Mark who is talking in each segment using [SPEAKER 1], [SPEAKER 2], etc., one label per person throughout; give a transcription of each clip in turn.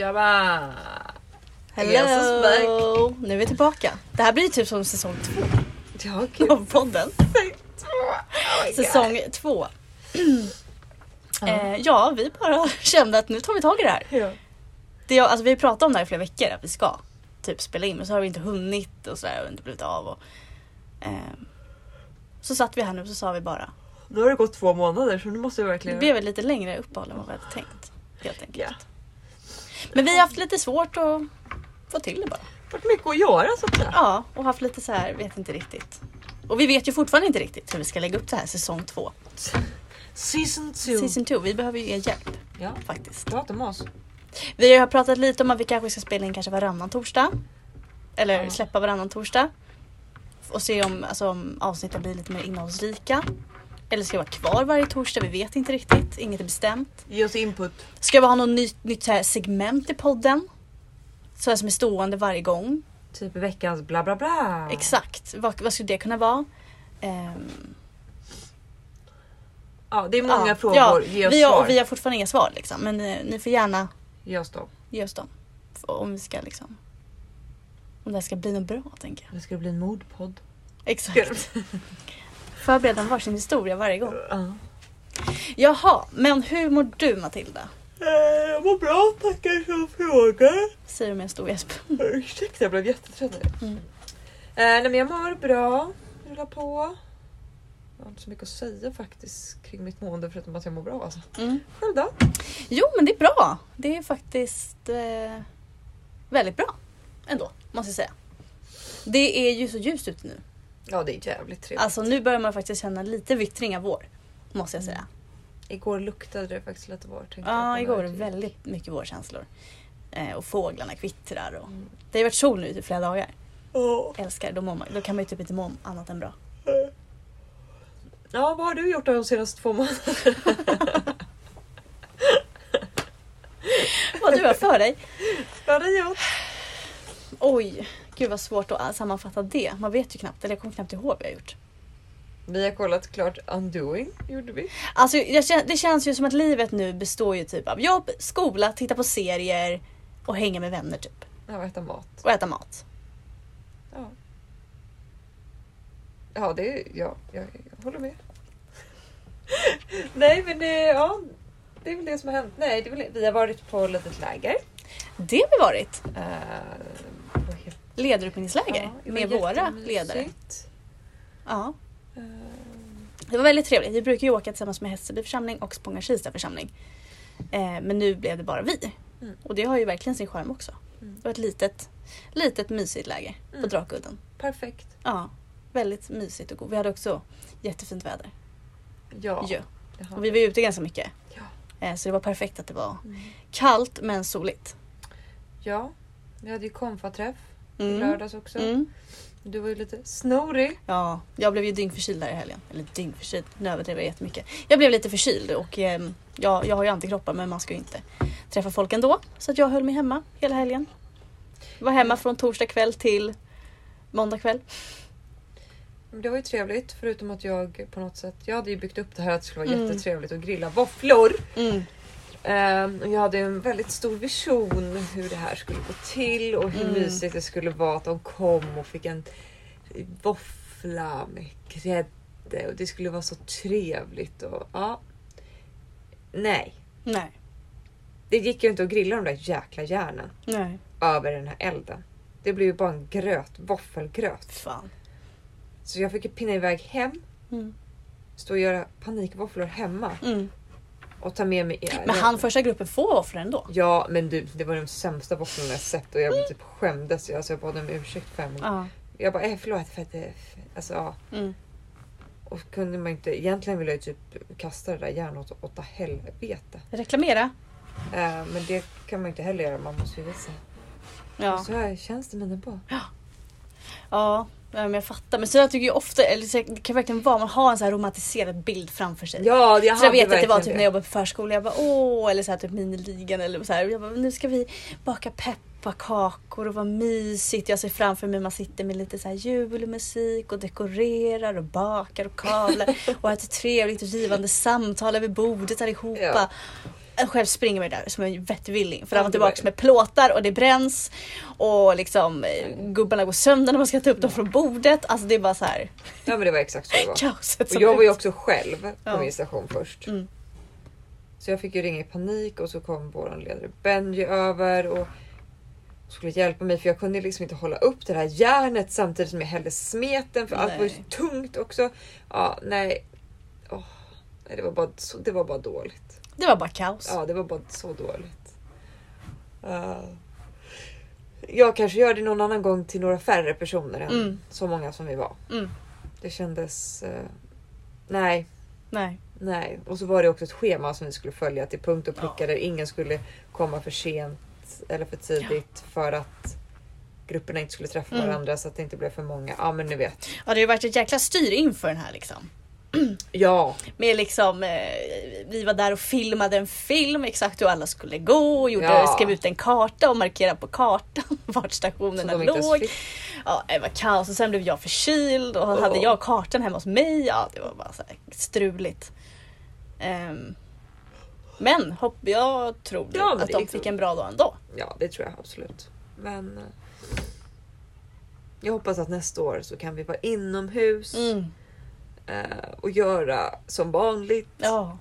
[SPEAKER 1] Tjaba! Jesus
[SPEAKER 2] Hello! Nu är vi tillbaka. Det här blir ju typ som säsong två
[SPEAKER 1] Ja, gud.
[SPEAKER 2] av podden.
[SPEAKER 1] Oh my God.
[SPEAKER 2] Säsong två.
[SPEAKER 1] Ja.
[SPEAKER 2] Eh, ja, vi bara kände att nu tar vi tag i det här.
[SPEAKER 1] Ja.
[SPEAKER 2] Det jag, alltså, vi har ju pratat om det här i flera veckor, att vi ska typ spela in. Men så har vi inte hunnit och sådär och inte blivit av. Och, ehm, så satt vi här nu och så sa vi bara.
[SPEAKER 1] Nu har det gått två månader så nu måste vi
[SPEAKER 2] Det
[SPEAKER 1] verkligen...
[SPEAKER 2] blev väl lite längre uppehåll än vad vi hade tänkt. Helt enkelt.
[SPEAKER 1] Ja.
[SPEAKER 2] Men vi har haft lite svårt att få till det bara.
[SPEAKER 1] varit mycket att göra så att säga.
[SPEAKER 2] Ja, och haft lite så här, vet inte riktigt. Och vi vet ju fortfarande inte riktigt hur vi ska lägga upp det här säsong två.
[SPEAKER 1] Season 2.
[SPEAKER 2] Season 2, vi behöver ju er hjälp
[SPEAKER 1] Ja.
[SPEAKER 2] faktiskt.
[SPEAKER 1] Prata med oss.
[SPEAKER 2] Vi har pratat lite om att vi kanske ska spela in kanske varannan torsdag. Eller
[SPEAKER 1] Ja.
[SPEAKER 2] släppa varannan torsdag. Och se om, alltså, om avsnitten blir lite mer innehållsrika. Eller ska det vara kvar varje torsdag? Vi vet inte riktigt. Inget är bestämt.
[SPEAKER 1] Ge oss input.
[SPEAKER 2] Ska vi ha något nytt, nytt så här segment i podden? Så här som är stående varje gång.
[SPEAKER 1] Typ veckans bla bla bla.
[SPEAKER 2] Exakt. Vad, vad skulle det kunna vara? Ehm,
[SPEAKER 1] Ja, det är många
[SPEAKER 2] Ja,
[SPEAKER 1] frågor.
[SPEAKER 2] ja,
[SPEAKER 1] Ge oss
[SPEAKER 2] vi har,
[SPEAKER 1] svar.
[SPEAKER 2] och vi har fortfarande inga svar liksom. Men eh, ni får gärna
[SPEAKER 1] Ge oss dem.
[SPEAKER 2] ge oss dem. F- Om vi ska liksom. Om det här ska bli något bra tänker jag.
[SPEAKER 1] Nu ska det bli en mordpodd.
[SPEAKER 2] Exakt. Förbereda en varsin historia varje gång.
[SPEAKER 1] Ja.
[SPEAKER 2] Jaha, men hur mår du Matilda?
[SPEAKER 1] Eh, Jag mår bra tackar som frågar.
[SPEAKER 2] Säger du med en stor gäsp.
[SPEAKER 1] Mm. Ursäkta, jag blev jättetrött nu.
[SPEAKER 2] Mm.
[SPEAKER 1] Eh, nej men jag mår bra, rullar på. Jag har inte så mycket att säga faktiskt kring mitt mående förutom att jag mår bra. Alltså.
[SPEAKER 2] Mm.
[SPEAKER 1] Själv då?
[SPEAKER 2] Jo men det är bra. Det är faktiskt eh, väldigt bra. Ändå, måste jag säga. Det är ju så ljust ute nu.
[SPEAKER 1] Ja det är jävligt trevligt.
[SPEAKER 2] Alltså nu börjar man faktiskt känna lite vittring av vår. Måste jag säga.
[SPEAKER 1] Igår luktade det faktiskt lite vår. tänkte jag på
[SPEAKER 2] Ja,
[SPEAKER 1] när
[SPEAKER 2] igår var det
[SPEAKER 1] jag gick.
[SPEAKER 2] väldigt mycket vårkänslor. Eh, och fåglarna kvittrar. Och...
[SPEAKER 1] Mm.
[SPEAKER 2] Det har ju varit sol nu i typ flera dagar.
[SPEAKER 1] Ja.
[SPEAKER 2] Älskar, då, mår man, då kan man ju typ inte må om annat än bra.
[SPEAKER 1] Ja, vad har du gjort de senaste två månaderna?
[SPEAKER 2] Vad du har för dig.
[SPEAKER 1] Vad har du gjort?
[SPEAKER 2] Oj, gud vad svårt att sammanfatta det. Man vet ju knappt, eller jag kommer knappt ihåg vad jag har gjort.
[SPEAKER 1] Vi har kollat klart Undoing, gjorde vi.
[SPEAKER 2] Alltså jag, kän- det känns ju som att livet nu består ju typ av jobb, skola, titta på serier och hänga med vänner typ.
[SPEAKER 1] Ja, och äta mat.
[SPEAKER 2] Och äta mat.
[SPEAKER 1] Ja. Ja, det är, ja, jag, jag håller med. Nej, men det, ja, det är väl det som har hänt. Nej, det är väl, vi har varit på ett litet läger.
[SPEAKER 2] Det har vi varit.
[SPEAKER 1] Eh, vad heter det?
[SPEAKER 2] Ledarutbildningsläger
[SPEAKER 1] Ja, det var
[SPEAKER 2] med våra
[SPEAKER 1] jättemysigt.
[SPEAKER 2] ledare. Ja.
[SPEAKER 1] Eh,
[SPEAKER 2] Det var väldigt trevligt. Vi brukar ju åka tillsammans med Hässelby församling och Spånga-Kista församling. Eh, men nu blev det bara vi.
[SPEAKER 1] Mm.
[SPEAKER 2] Och det har ju verkligen sin charm också.
[SPEAKER 1] Mm.
[SPEAKER 2] Det var ett litet, litet mysigt läge på
[SPEAKER 1] Mm.
[SPEAKER 2] Drakudden.
[SPEAKER 1] perfekt.
[SPEAKER 2] Ja, väldigt mysigt och god. Vi hade också jättefint väder.
[SPEAKER 1] Ja.
[SPEAKER 2] Ja.
[SPEAKER 1] det har
[SPEAKER 2] Och vi var ju ute ganska mycket.
[SPEAKER 1] Ja.
[SPEAKER 2] Eh, så det var perfekt att det var
[SPEAKER 1] Mm.
[SPEAKER 2] kallt men soligt.
[SPEAKER 1] Ja, vi hade ju konfaträff i
[SPEAKER 2] Mm.
[SPEAKER 1] lördags också.
[SPEAKER 2] Mm.
[SPEAKER 1] Du var ju lite snorig.
[SPEAKER 2] Ja, jag blev ju dyngförkyld där i helgen. Eller dyngförkyld, nu överdrev jag jättemycket. Jag blev lite förkyld och ehm, ja, jag har ju antikroppar men man ska ju inte träffa folk ändå. Så att jag höll mig hemma hela helgen. Var hemma från torsdag kväll till måndag kväll.
[SPEAKER 1] Men Det var ju trevligt förutom att jag på något sätt, jag hade ju byggt upp det här att det skulle vara
[SPEAKER 2] Mm.
[SPEAKER 1] jättetrevligt att grilla våfflor.
[SPEAKER 2] Mm.
[SPEAKER 1] Ehm, och jag hade en väldigt stor vision hur det här skulle gå till och hur
[SPEAKER 2] Mm.
[SPEAKER 1] mysigt det skulle vara att de kom och fick en våffla med grädde och det skulle vara så trevligt och ja. Nej,
[SPEAKER 2] Nej,
[SPEAKER 1] det gick ju inte att grilla de där jäkla järnen
[SPEAKER 2] nej,
[SPEAKER 1] över den här elden. Det blev ju bara en gröt, våffelgröt.
[SPEAKER 2] fan.
[SPEAKER 1] Så jag fick ju pinna iväg hem,
[SPEAKER 2] Mm.
[SPEAKER 1] stå och göra panikvåfflor hemma
[SPEAKER 2] Mm.
[SPEAKER 1] och ta med mig...
[SPEAKER 2] Men han första gruppen får våfflor ändå.
[SPEAKER 1] Ja men du, det var de sämsta våfflorna jag sett och jag typ skämdes. Alltså, jag bad om ursäkt för mig.
[SPEAKER 2] Ja.
[SPEAKER 1] Jag bara, eh, förlåt för att det... Alltså, ja.
[SPEAKER 2] Mm.
[SPEAKER 1] och kunde man inte... Egentligen ville jag ju typ kasta det där järnet åt, åt helvete.
[SPEAKER 2] Reklamera.
[SPEAKER 1] Eh, men det kan man ju inte heller göra, man måste ju visa.
[SPEAKER 2] Ja.
[SPEAKER 1] Så här känns det mina på.
[SPEAKER 2] Ja, ja, men jag fattar. Men så jag tycker ju ofta, eller så det kan verkligen vara, man har en så här romantiserad bild framför sig.
[SPEAKER 1] Ja, jag
[SPEAKER 2] Så jag vet att det
[SPEAKER 1] verkligen
[SPEAKER 2] var typ när jag jobbade på förskola, jag bara åh, eller så här typ miniligan eller så här. Jag bara, nu ska vi baka pepparkakor och vad mysigt. Jag ser framför mig man sitter med lite så här julmusik och dekorerar och bakar och kavlar och har ett trevligt och givande samtal över bordet allihopa.
[SPEAKER 1] Ja.
[SPEAKER 2] Själv springer man ju där som en vettvilling. För
[SPEAKER 1] Ja,
[SPEAKER 2] alla
[SPEAKER 1] det var
[SPEAKER 2] tillbaka
[SPEAKER 1] det.
[SPEAKER 2] med plåtar och det bränns. Och liksom eh, gubbarna går sönder när man ska ta upp dem från bordet. Alltså det är bara så här
[SPEAKER 1] Ja men det var exakt så det var.
[SPEAKER 2] kaoset.
[SPEAKER 1] Och jag var ju
[SPEAKER 2] ut-
[SPEAKER 1] också själv på
[SPEAKER 2] Ja.
[SPEAKER 1] min station först.
[SPEAKER 2] Mm.
[SPEAKER 1] Så jag fick ju ringa i panik och så kom vår ledare Benji över och skulle hjälpa mig för jag kunde liksom inte hålla upp det här järnet samtidigt som jag hällde smeten för allt var ju så
[SPEAKER 2] Nej.
[SPEAKER 1] tungt också. Ja, nej. Åh, nej det, var bara, så- det var bara dåligt.
[SPEAKER 2] Det var bara kaos.
[SPEAKER 1] Ja, det var bara så dåligt. Eh, jag kanske gör det någon annan gång till några färre personer än
[SPEAKER 2] Mm.
[SPEAKER 1] så många som vi var.
[SPEAKER 2] Mm.
[SPEAKER 1] Det kändes... eh, nej,
[SPEAKER 2] Nej.
[SPEAKER 1] Nej, och så var det också ett schema som vi skulle följa till punkt och pricka
[SPEAKER 2] Ja.
[SPEAKER 1] där ingen skulle komma för sent eller för tidigt för att grupperna inte skulle träffa
[SPEAKER 2] Mm.
[SPEAKER 1] varandra så att det inte blev för många. Ja, men ni vet.
[SPEAKER 2] Ja, det har ju varit ett jäkla styr inför den här liksom.
[SPEAKER 1] Ja,
[SPEAKER 2] Med liksom, eh, vi var där och filmade en film exakt hur alla skulle gå och gjorde,
[SPEAKER 1] Ja.
[SPEAKER 2] skrev ut en karta och markerade på kartan vart
[SPEAKER 1] som
[SPEAKER 2] stationerna
[SPEAKER 1] de inte ens
[SPEAKER 2] låg.
[SPEAKER 1] fick.
[SPEAKER 2] Ja, det var kaos och sen blev jag förkyld och
[SPEAKER 1] Åh.
[SPEAKER 2] hade jag kartan hemma hos mig. Ja, det var bara så här struligt. Ehm, men hopp, jag tror
[SPEAKER 1] Ja, men
[SPEAKER 2] att
[SPEAKER 1] det
[SPEAKER 2] de
[SPEAKER 1] gick
[SPEAKER 2] fick
[SPEAKER 1] väl.
[SPEAKER 2] en bra dag ändå.
[SPEAKER 1] Ja, det tror jag absolut. Men eh, jag hoppas att nästa år så kan vi vara inomhus
[SPEAKER 2] Mm.
[SPEAKER 1] eh, och göra som vanligt.
[SPEAKER 2] Ja.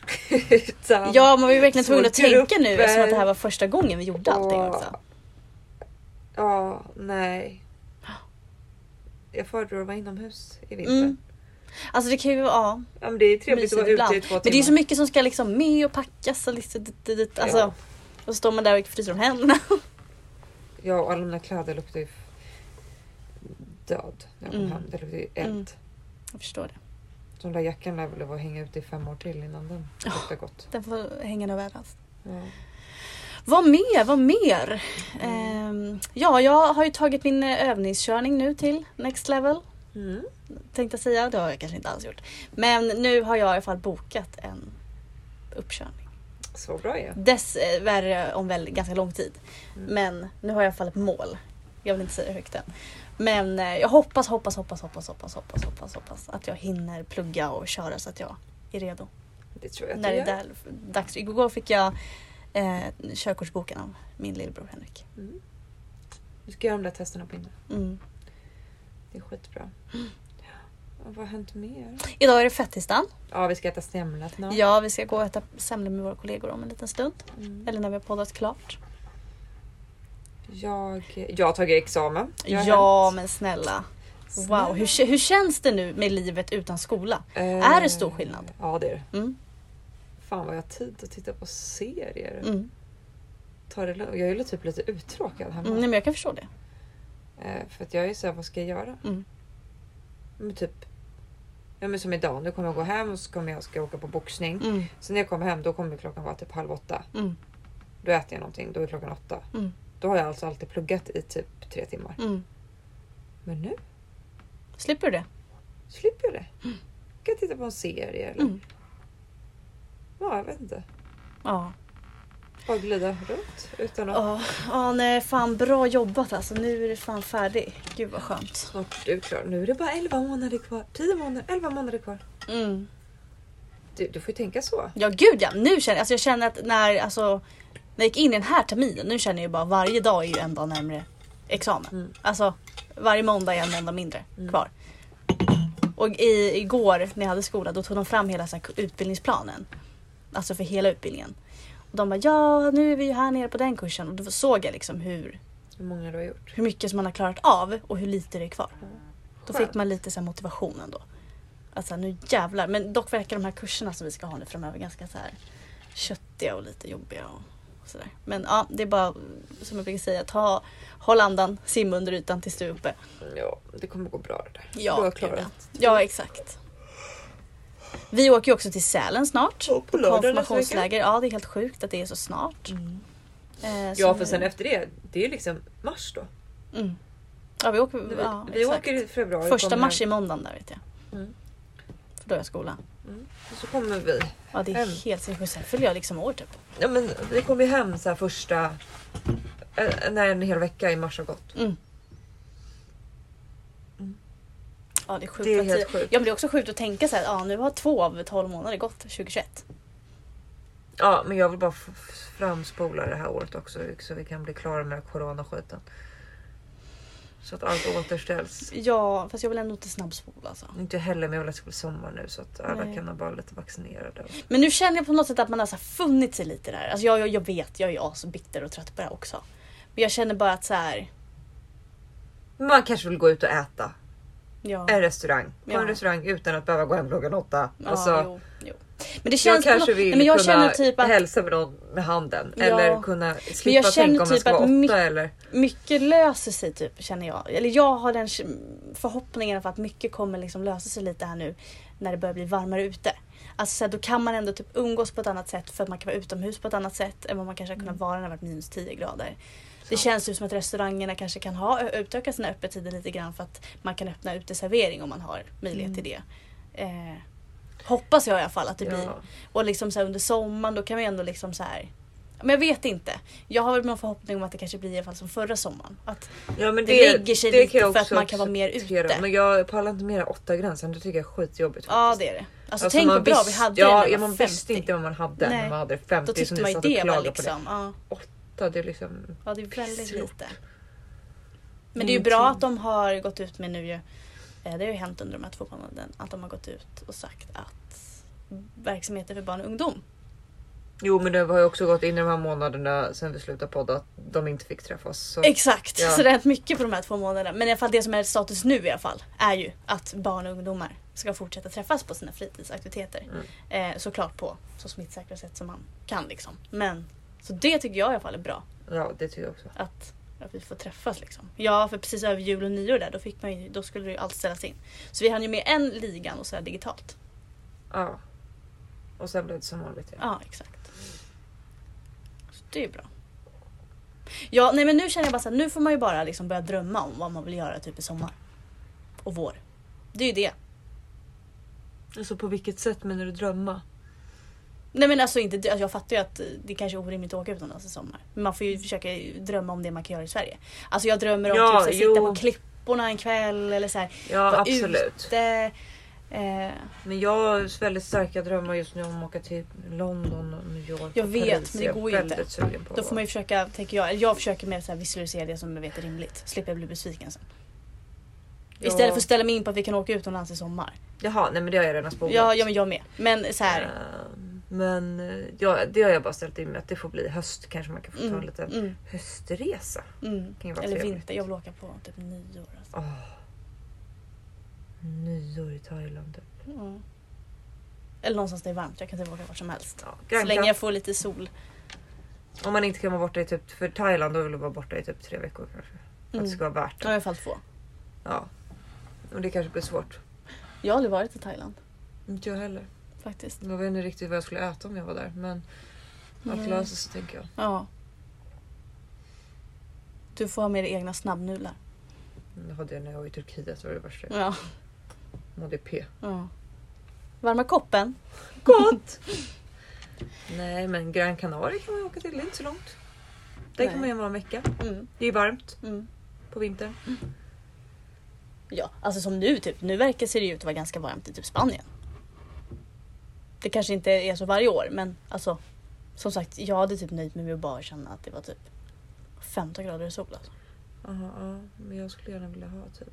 [SPEAKER 1] Utan
[SPEAKER 2] ja, man var ju verkligen tvungen att
[SPEAKER 1] Smågrupper.
[SPEAKER 2] tänka nu eftersom att det
[SPEAKER 1] eh.
[SPEAKER 2] här var första gången vi gjorde allting
[SPEAKER 1] Ja.
[SPEAKER 2] också.
[SPEAKER 1] Ja, nej. Jag föredrar att vara inomhus i vinter.
[SPEAKER 2] Mm. Alltså det kan ju vara... Ja.
[SPEAKER 1] Ja, men det är trevligt
[SPEAKER 2] Mysigt
[SPEAKER 1] att vara
[SPEAKER 2] ibland.
[SPEAKER 1] ute i två timmar.
[SPEAKER 2] Men det är ju så mycket som ska liksom med och packas och liksom dit, dit, dit. Alltså,
[SPEAKER 1] Ja.
[SPEAKER 2] Och så står man där och fryser om händerna.
[SPEAKER 1] Ja, och alla mina kläder luktar ju f- död när jag kom
[SPEAKER 2] Mm.
[SPEAKER 1] hem. Det luktar ju eld.
[SPEAKER 2] Mm. Jag förstår det.
[SPEAKER 1] Så den där jackan lär väl vara hänga ute i fem år till innan den luktar gott.
[SPEAKER 2] Den får hänga något vädras.
[SPEAKER 1] Ja.
[SPEAKER 2] Vad mer? Vad mer?
[SPEAKER 1] Mm.
[SPEAKER 2] Ehm, ja, jag har ju tagit min eh, övningskörning nu till next level.
[SPEAKER 1] Mm.
[SPEAKER 2] Tänkte jag säga, det har jag kanske inte alls gjort. Men nu har jag i alla fall bokat en uppkörning.
[SPEAKER 1] Så bra ju.
[SPEAKER 2] Dessvärre eh, om väl ganska lång tid.
[SPEAKER 1] Mm.
[SPEAKER 2] Men nu har jag i alla fall ett mål. Jag vill inte säga det högt än. Men eh, jag hoppas, hoppas, hoppas, hoppas, hoppas, hoppas, hoppas, hoppas att jag hinner plugga och köra så att jag är redo.
[SPEAKER 1] Det tror jag att
[SPEAKER 2] när
[SPEAKER 1] du
[SPEAKER 2] det är
[SPEAKER 1] gör.
[SPEAKER 2] där, dags. Igår fick jag eh, körkortsboken av min lillebror Henrik.
[SPEAKER 1] Mm. Du ska göra de där testerna på innan.
[SPEAKER 2] Mm.
[SPEAKER 1] Det är skitbra. Ja. Och vad har hänt mer?
[SPEAKER 2] Idag är det fettisdagen.
[SPEAKER 1] Ja, vi ska äta semla till
[SPEAKER 2] Ja.
[SPEAKER 1] någon.
[SPEAKER 2] vi ska gå och äta semlor med våra kollegor om en liten stund.
[SPEAKER 1] Mm.
[SPEAKER 2] Eller när vi har poddat klart.
[SPEAKER 1] Jag, jag har tagit examen. Jag har
[SPEAKER 2] Ja,
[SPEAKER 1] hänt.
[SPEAKER 2] men snälla.
[SPEAKER 1] Snälla.
[SPEAKER 2] Wow, hur, kä- hur känns det nu med livet utan skola?
[SPEAKER 1] Eh,
[SPEAKER 2] är det stor skillnad?
[SPEAKER 1] Ja, det är det.
[SPEAKER 2] Mm,
[SPEAKER 1] Fan vad jag har tid att titta på serier.
[SPEAKER 2] mm.
[SPEAKER 1] Ta det lugnt. Jag är ju typ lite uttråkad hemma.
[SPEAKER 2] Mm, nej, men jag kan förstå det.
[SPEAKER 1] Eh, För att jag är så här, vad ska jag göra?
[SPEAKER 2] Mm.
[SPEAKER 1] Men typ, ja men som idag, nu kommer jag gå hem och så kommer jag ska jag åka på boxning.
[SPEAKER 2] Mm,
[SPEAKER 1] Så när jag kommer hem då kommer klockan vara typ halv åtta.
[SPEAKER 2] mm,
[SPEAKER 1] Då äter jag någonting, då är klockan åtta.
[SPEAKER 2] Mm.
[SPEAKER 1] Då har jag alltså alltid pluggat i typ tre timmar.
[SPEAKER 2] mm.
[SPEAKER 1] Men nu
[SPEAKER 2] Slipper du det?
[SPEAKER 1] slipper jag det. Kan jag titta på en serie eller?
[SPEAKER 2] Mm.
[SPEAKER 1] Ja, jag vet inte.
[SPEAKER 2] Ja.
[SPEAKER 1] Bara glida runt utan att...
[SPEAKER 2] Ja, ja, nej fan bra jobbat alltså. Nu är det fan färdig. Gud vad skönt.
[SPEAKER 1] Snart är du klar. Nu är det bara 11 månader kvar. 10 månader, 11 månader kvar.
[SPEAKER 2] Mm.
[SPEAKER 1] Du, du får ju tänka så.
[SPEAKER 2] Ja gud ja, nu känner jag, alltså jag känner att när, alltså, när jag gick in i den här terminen, nu känner jag ju bara varje dag är ju en dag närmare examen.
[SPEAKER 1] Mm.
[SPEAKER 2] Alltså varje måndag är en måndag mindre
[SPEAKER 1] Mm.
[SPEAKER 2] kvar. Och i, igår när jag hade skola då tog de fram hela så här, utbildningsplanen. Alltså för hela utbildningen. Och de bara ja nu är vi ju här nere på den kursen och då såg jag liksom hur,
[SPEAKER 1] Hur många du har gjort.
[SPEAKER 2] hur mycket som man har klarat av och hur lite det är kvar. Då
[SPEAKER 1] Skönt.
[SPEAKER 2] fick man lite så här, motivation ändå. Alltså nu jävlar. Men dock verkar de här kurserna som vi ska ha nu framöver ganska så här köttiga och lite jobbiga och, och sådär. Men ja, det är bara som jag brukar säga, ta, håll andan, simma under ytan tills du är uppe.
[SPEAKER 1] Ja, det kommer gå bra det där.
[SPEAKER 2] Ja,
[SPEAKER 1] du har
[SPEAKER 2] gud,
[SPEAKER 1] klarat
[SPEAKER 2] Ja, exakt. Vi åker ju också till Sälen snart.
[SPEAKER 1] Och på lördag nästa Mm.
[SPEAKER 2] Konfirmationsläger. Ja, det är helt sjukt att det är så snart. Eh, så
[SPEAKER 1] Ja
[SPEAKER 2] vi-
[SPEAKER 1] för sen efter det, det är ju liksom mars då.
[SPEAKER 2] Mm. Ja, vi åker,
[SPEAKER 1] Vi,
[SPEAKER 2] ja,
[SPEAKER 1] vi
[SPEAKER 2] exakt.
[SPEAKER 1] åker i februari.
[SPEAKER 2] Första
[SPEAKER 1] kommer
[SPEAKER 2] mars är måndagen där vet jag.
[SPEAKER 1] Mm.
[SPEAKER 2] För då är jag skola.
[SPEAKER 1] hem, Och så kommer vi.
[SPEAKER 2] Ja det är
[SPEAKER 1] Mm.
[SPEAKER 2] helt sinnessjukt. Sen fyller jag liksom år typ.
[SPEAKER 1] Ja men vi kommer ju hem så här första... eh, När en hel vecka i mars har gått.
[SPEAKER 2] Ja det är sjukt.
[SPEAKER 1] Det är
[SPEAKER 2] att-
[SPEAKER 1] helt sjukt.
[SPEAKER 2] Ja men det är också sjukt att tänka så här, ja nu har två av 12 månader gått 2021.
[SPEAKER 1] Ja, men jag vill bara f- f- framspola det här året också så vi kan bli klara med den här coronaskiten. Så att allt återställs.
[SPEAKER 2] Ja, fast jag vill ändå inte snabbspola alltså.
[SPEAKER 1] Inte heller, men jag vill att det ska bli sommar nu så att alla
[SPEAKER 2] Nej.
[SPEAKER 1] kan vara lite vaccinerade.
[SPEAKER 2] Men nu känner jag på något sätt att man har så här funnit sig lite där. Alltså jag, jag, jag vet, jag är asbitter och trött på det här också. Men jag känner bara att så här,
[SPEAKER 1] Men Man kanske vill gå ut och äta.
[SPEAKER 2] ja.
[SPEAKER 1] En restaurang. På
[SPEAKER 2] Ja.
[SPEAKER 1] en restaurang utan att behöva gå hem klockan åtta.
[SPEAKER 2] Ja,
[SPEAKER 1] Alltså,
[SPEAKER 2] jo, jo. Men det
[SPEAKER 1] jag
[SPEAKER 2] känns på
[SPEAKER 1] kanske
[SPEAKER 2] något,
[SPEAKER 1] vill
[SPEAKER 2] nej, men jag
[SPEAKER 1] kunna
[SPEAKER 2] känner typ att
[SPEAKER 1] hälsa med någon med handen.
[SPEAKER 2] Ja.
[SPEAKER 1] Eller kunna slippa
[SPEAKER 2] känner
[SPEAKER 1] tänka om
[SPEAKER 2] typ
[SPEAKER 1] jag ska
[SPEAKER 2] att
[SPEAKER 1] vara åtta
[SPEAKER 2] mitt-
[SPEAKER 1] eller...
[SPEAKER 2] mycket löser sig typ känner jag. Eller jag har den k- förhoppningen för att mycket kommer liksom lösa sig lite här nu när det börjar bli varmare ute. Alltså så här, då kan man ändå typ umgås på ett annat sätt för att man kan vara utomhus på ett annat sätt än vad man kanske har kunnat
[SPEAKER 1] Mm.
[SPEAKER 2] vara när det har varit minus 10 grader. Det
[SPEAKER 1] Så.
[SPEAKER 2] känns ju som att restaurangerna kanske kan ha, ö- utöka sina öppettider lite grann för att man kan öppna uteservering om man har möjlighet
[SPEAKER 1] Mm.
[SPEAKER 2] till det. Eh, hoppas jag i alla fall att det blir
[SPEAKER 1] Ja.
[SPEAKER 2] och liksom så här under sommaren då kan vi ändå liksom så här. Men jag vet inte. Jag har väl någon förhoppning om att det kanske blir i alla fall som förra sommaren. Att,
[SPEAKER 1] Ja, men
[SPEAKER 2] Det lägger sig lite
[SPEAKER 1] kan jag
[SPEAKER 2] för
[SPEAKER 1] också
[SPEAKER 2] att man kan vara mer
[SPEAKER 1] acceptera.
[SPEAKER 2] ute.
[SPEAKER 1] Men jag pallar inte med den åtta gränsen. Det tycker jag är skitjobbigt.
[SPEAKER 2] ja
[SPEAKER 1] faktiskt.
[SPEAKER 2] det är det. Alltså, tänk
[SPEAKER 1] man
[SPEAKER 2] vad bra vi
[SPEAKER 1] visste-
[SPEAKER 2] hade
[SPEAKER 1] ja,
[SPEAKER 2] det
[SPEAKER 1] ja,
[SPEAKER 2] när
[SPEAKER 1] man
[SPEAKER 2] man var 50.
[SPEAKER 1] visste inte vad man hade
[SPEAKER 2] Nej.
[SPEAKER 1] när man hade
[SPEAKER 2] Då
[SPEAKER 1] 50 som
[SPEAKER 2] tyckte
[SPEAKER 1] vi
[SPEAKER 2] man ju
[SPEAKER 1] satt och
[SPEAKER 2] det var
[SPEAKER 1] klagade
[SPEAKER 2] liksom. Ja,
[SPEAKER 1] på. Det. Mm. Åtta, det är liksom...
[SPEAKER 2] ja det är väldigt
[SPEAKER 1] Pissigt.
[SPEAKER 2] lite. Men det är ju bra att de har gått ut med nu ju. eh, Det har ju hänt under de här två månaderna att de har gått ut och sagt att verksamheter för barn och ungdom.
[SPEAKER 1] Jo men det har ju också gått in i de här månaderna sen vi slutade podda att de inte fick träffas. Så.
[SPEAKER 2] Exakt,
[SPEAKER 1] Alltså, Ja.
[SPEAKER 2] så det har hänt mycket på de här två månaderna. Men i alla fall det som är status nu i alla fall är ju att barn och ungdomar ska fortsätta träffas på sina fritidsaktiviteter. Eh, såklart på så smittsäkra sätt som man kan liksom. Men så det tycker jag i alla fall är bra.
[SPEAKER 1] Ja det tycker jag också.
[SPEAKER 2] Att, att vi får träffas liksom. Ja, för precis över jul och nyår där då, fick man ju, då skulle det ju allt ställas in. Så vi hann ju med en ligan och sådär digitalt.
[SPEAKER 1] Ja. Och sen blev det som vanligt. Ja.
[SPEAKER 2] Ja, exakt. Så det är bra. Ja, nej men nu känner jag bara så här, nu får man ju bara liksom börja drömma om vad man vill göra typ i sommar. Och vår. Det är ju det.
[SPEAKER 1] Alltså på vilket sätt menar du drömma?
[SPEAKER 2] Nej men alltså inte, alltså jag fattar ju att det kanske är orimligt att åka utomlands i sommar. Men man får ju försöka drömma om det man kan göra i Sverige. Alltså jag drömmer om
[SPEAKER 1] Ja,
[SPEAKER 2] typ så här, sitta
[SPEAKER 1] jo.
[SPEAKER 2] på klipporna en kväll eller så här,
[SPEAKER 1] Ja
[SPEAKER 2] vara
[SPEAKER 1] absolut.
[SPEAKER 2] ute. Eh,
[SPEAKER 1] Men jag har väldigt starka drömmar just nu om att åka till London och New York.
[SPEAKER 2] Jag
[SPEAKER 1] och
[SPEAKER 2] vet,
[SPEAKER 1] Paris.
[SPEAKER 2] men det
[SPEAKER 1] Jag är
[SPEAKER 2] går ju inte.
[SPEAKER 1] väldigt Sugen på
[SPEAKER 2] då får man ju försöka, tänker jag, eller jag försöker mer så här visualisera det som jag vet är rimligt. Slipper jag bli besviken sen.
[SPEAKER 1] Ja.
[SPEAKER 2] Istället för att ställa mig in på att vi kan åka utomlands i sommar.
[SPEAKER 1] Jaha nej men det har jag redan spolat.
[SPEAKER 2] Ja, ja men jag med. Men så här.
[SPEAKER 1] Ehm, Men eh, ja, det har jag bara ställt in med att det får bli höst. Kanske man kan få ta en
[SPEAKER 2] Mm,
[SPEAKER 1] liten
[SPEAKER 2] mm,
[SPEAKER 1] höstresa.
[SPEAKER 2] mm.
[SPEAKER 1] Kan ju vara
[SPEAKER 2] Eller
[SPEAKER 1] trevligt.
[SPEAKER 2] vinter. Jag vill åka på typ nyår. Alltså.
[SPEAKER 1] Oh. Nyår i Thailand. typ.
[SPEAKER 2] Mm. Eller någonstans där det är varmt. Jag kan typ åka vart som helst.
[SPEAKER 1] Ja,
[SPEAKER 2] Så länge
[SPEAKER 1] Granka.
[SPEAKER 2] jag får lite sol. Mm.
[SPEAKER 1] Om man inte kan vara borta i typ, för Thailand då vill du vara borta i typ tre veckor kanske. För att det
[SPEAKER 2] Mm.
[SPEAKER 1] ska vara värt
[SPEAKER 2] Ja, i
[SPEAKER 1] det.
[SPEAKER 2] alla fall två.
[SPEAKER 1] Ja. Och det kanske blir svårt.
[SPEAKER 2] Jag har aldrig varit i Thailand
[SPEAKER 1] Inte jag heller.
[SPEAKER 2] faktiskt.
[SPEAKER 1] Jag vet inte riktigt vad jag skulle äta om jag var där. Men allt
[SPEAKER 2] Nej.
[SPEAKER 1] löser sig tänker jag.
[SPEAKER 2] Ja. Du får ha med dig egna snabbnudlar.
[SPEAKER 1] Mm, Det hade jag när jag var i Turkiet. Det var det värsta. jag-
[SPEAKER 2] Ja.
[SPEAKER 1] Mådde p.
[SPEAKER 2] ja. Varma koppen.
[SPEAKER 1] Gott! Nej men Gran Canaria kan man ju åka till. Det är inte så långt. Där
[SPEAKER 2] Nej.
[SPEAKER 1] kan man ju vara en vecka.
[SPEAKER 2] Mm.
[SPEAKER 1] Det är varmt
[SPEAKER 2] Mm.
[SPEAKER 1] på vintern.
[SPEAKER 2] Ja, alltså som nu typ. Nu verkar ser det ut att vara ganska varmt i typ Spanien. Det kanske inte är så varje år men alltså som sagt jag hade typ nöjt mig med att bara känna att det var typ 15 grader i sol alltså.
[SPEAKER 1] Aha, ja, men jag skulle gärna vilja ha typ.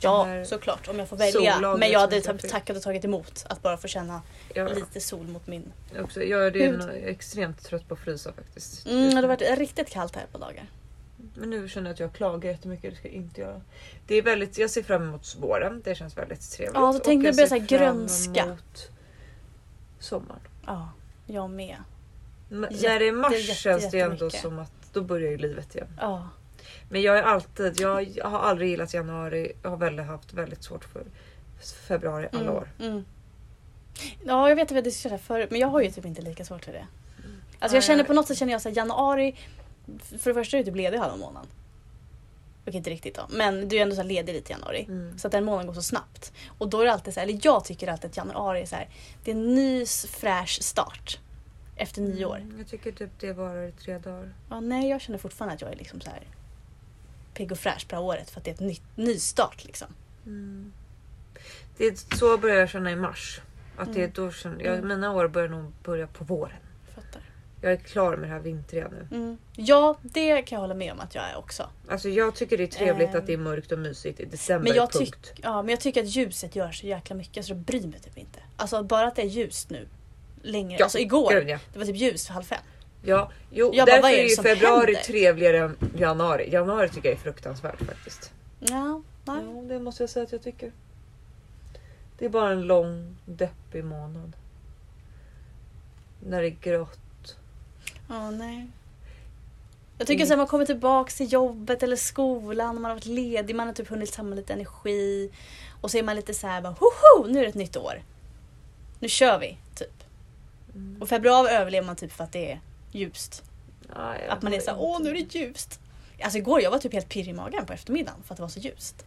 [SPEAKER 2] Ja
[SPEAKER 1] När
[SPEAKER 2] såklart om jag får
[SPEAKER 1] sollagret
[SPEAKER 2] välja. men jag hade
[SPEAKER 1] som jag
[SPEAKER 2] typ
[SPEAKER 1] fick.
[SPEAKER 2] tackat och tagit emot att bara få känna
[SPEAKER 1] Jag,
[SPEAKER 2] lite sol mot min.
[SPEAKER 1] också, jag är det är
[SPEAKER 2] Hud.
[SPEAKER 1] nog extremt trött på att frysa faktiskt.
[SPEAKER 2] Mm, det har varit riktigt kallt här på dagar.
[SPEAKER 1] Men nu känner jag att jag klagar jättemycket. Det ska jag inte göra. Det är väldigt, jag ser fram emot våren. Det känns väldigt trevligt.
[SPEAKER 2] Ja, då
[SPEAKER 1] Och
[SPEAKER 2] tänkte jag börja
[SPEAKER 1] ser
[SPEAKER 2] så här
[SPEAKER 1] fram
[SPEAKER 2] grönska.
[SPEAKER 1] emot Sommaren.
[SPEAKER 2] Ja, jag med.
[SPEAKER 1] Men
[SPEAKER 2] Jätte,
[SPEAKER 1] när det är mars
[SPEAKER 2] jätte,
[SPEAKER 1] känns det ändå
[SPEAKER 2] jättemycket.
[SPEAKER 1] som att då börjar ju livet igen.
[SPEAKER 2] Ja.
[SPEAKER 1] Men jag är alltid, jag har aldrig gillat januari. Jag har väldigt, haft väldigt svårt för februari alla
[SPEAKER 2] Mm,
[SPEAKER 1] år.
[SPEAKER 2] Mm. Ja, jag vet att vi har diskuterat det här förut, men jag har ju typ inte lika svårt för det. Alltså
[SPEAKER 1] Nej,
[SPEAKER 2] jag känner
[SPEAKER 1] jag
[SPEAKER 2] på något sätt känner jag så här, januari, för det första är du typ ledig halva månaden. Okej, inte riktigt då, men du är ändå så här ledig lite i januari.
[SPEAKER 1] Mm.
[SPEAKER 2] Så att den månaden går så snabbt. Och då är det alltid så här, eller jag tycker alltid att januari är så här, det är en ny s- fräsch start. Efter nyår.
[SPEAKER 1] Mm, Jag tycker typ det varar i tre dagar.
[SPEAKER 2] Ja, nej, jag känner fortfarande att jag är liksom så här pigg och fräsch på det här året för att det är ett nytt, ny start liksom.
[SPEAKER 1] Mm. Det är så börjar jag känna i mars. Att det är då känner jag,
[SPEAKER 2] Mm.
[SPEAKER 1] Mina år börjar nog börja på våren. Jag är klar med det här vintriga nu.
[SPEAKER 2] Mm. Ja, det kan jag hålla med om att jag är också.
[SPEAKER 1] Alltså jag tycker det är trevligt
[SPEAKER 2] Ehm.
[SPEAKER 1] att det är mörkt och mysigt i december.
[SPEAKER 2] Men jag,
[SPEAKER 1] punkt.
[SPEAKER 2] tyck, ja, men jag tycker att ljuset gör så jäkla mycket så det bryr mig typ inte. Alltså bara att det är ljust nu. Länge.
[SPEAKER 1] Ja,
[SPEAKER 2] Alltså igår,
[SPEAKER 1] Gud, ja.
[SPEAKER 2] det var typ ljust för halv fem.
[SPEAKER 1] Ja, jo,
[SPEAKER 2] Jag bara,
[SPEAKER 1] därför
[SPEAKER 2] vad är
[SPEAKER 1] är
[SPEAKER 2] det
[SPEAKER 1] ju
[SPEAKER 2] som
[SPEAKER 1] februari
[SPEAKER 2] händer?
[SPEAKER 1] trevligare än januari. Januari tycker jag är fruktansvärt faktiskt.
[SPEAKER 2] Ja, nej.
[SPEAKER 1] Jo, det måste jag säga att jag tycker. Det är bara en lång deppig månad. När det är grått.
[SPEAKER 2] Ja, nej. Jag tycker så här, man kommer tillbaka till jobbet eller skolan, man har varit ledig, man har typ hunnit samla lite energi. Och så är man lite så här, bara, hoho, nu är det ett nytt år. Nu kör vi, typ.
[SPEAKER 1] Mm.
[SPEAKER 2] Och februari överlever man typ för att det är ljust.
[SPEAKER 1] Ja, jag
[SPEAKER 2] Att man är
[SPEAKER 1] vet
[SPEAKER 2] så här,
[SPEAKER 1] inte.
[SPEAKER 2] åh nu är det ljust. Alltså igår jag var typ helt pirrig i magen på eftermiddagen för att det var så ljust.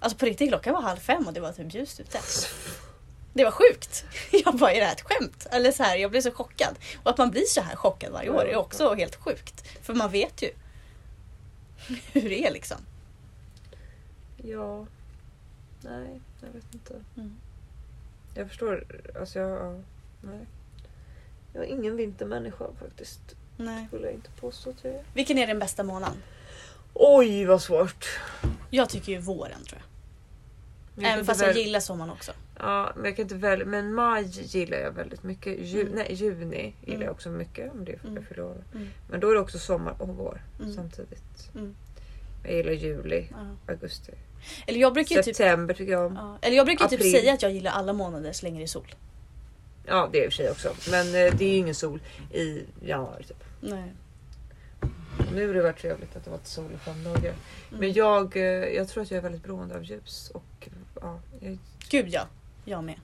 [SPEAKER 2] Alltså på riktigt klockan var halv fem och det var typ ljust ute. Det var sjukt! Jag bara, är det här ett skämt? Eller så här, jag blev så chockad. Och att man blir så här chockad varje år är också helt sjukt. För man vet ju hur det är liksom.
[SPEAKER 1] Ja. Nej, jag vet inte.
[SPEAKER 2] Mm.
[SPEAKER 1] Jag förstår. Alltså jag... ja, Nej. Jag är ingen vintermänniska faktiskt.
[SPEAKER 2] Nej.
[SPEAKER 1] Skulle jag inte påstå att jag är.
[SPEAKER 2] Vilken är den bästa månaden?
[SPEAKER 1] Oj vad svårt.
[SPEAKER 2] Jag tycker ju våren tror jag.
[SPEAKER 1] Men jag kan
[SPEAKER 2] Även
[SPEAKER 1] inte
[SPEAKER 2] fast jag
[SPEAKER 1] väl-
[SPEAKER 2] gillar sommaren också.
[SPEAKER 1] Ja, men jag kan inte väl. Men maj gillar jag väldigt mycket. Ju,
[SPEAKER 2] Mm.
[SPEAKER 1] Nej, juni gillar
[SPEAKER 2] Mm.
[SPEAKER 1] jag också mycket. Om det är för
[SPEAKER 2] Mm.
[SPEAKER 1] jag fyller år.
[SPEAKER 2] Mm.
[SPEAKER 1] Men då är det också sommar och vår
[SPEAKER 2] Mm.
[SPEAKER 1] samtidigt.
[SPEAKER 2] Mm.
[SPEAKER 1] Jag gillar juli,
[SPEAKER 2] Ja.
[SPEAKER 1] augusti.
[SPEAKER 2] Eller jag brukar ju typ,
[SPEAKER 1] September tycker jag om. Ja.
[SPEAKER 2] ja. Eller jag brukar ju typ
[SPEAKER 1] April.
[SPEAKER 2] säga att jag gillar alla månader så länge det är sol.
[SPEAKER 1] det är i och för sig också. Men eh, det är ju ingen sol i januari. Typ.
[SPEAKER 2] Nej.
[SPEAKER 1] Nu har det varit trevligt att det varit sol i fem dagar. Men
[SPEAKER 2] Mm.
[SPEAKER 1] jag, eh, jag tror att jag är väldigt beroende av ljus. Och, ja, jag,
[SPEAKER 2] Gud ja, jag med.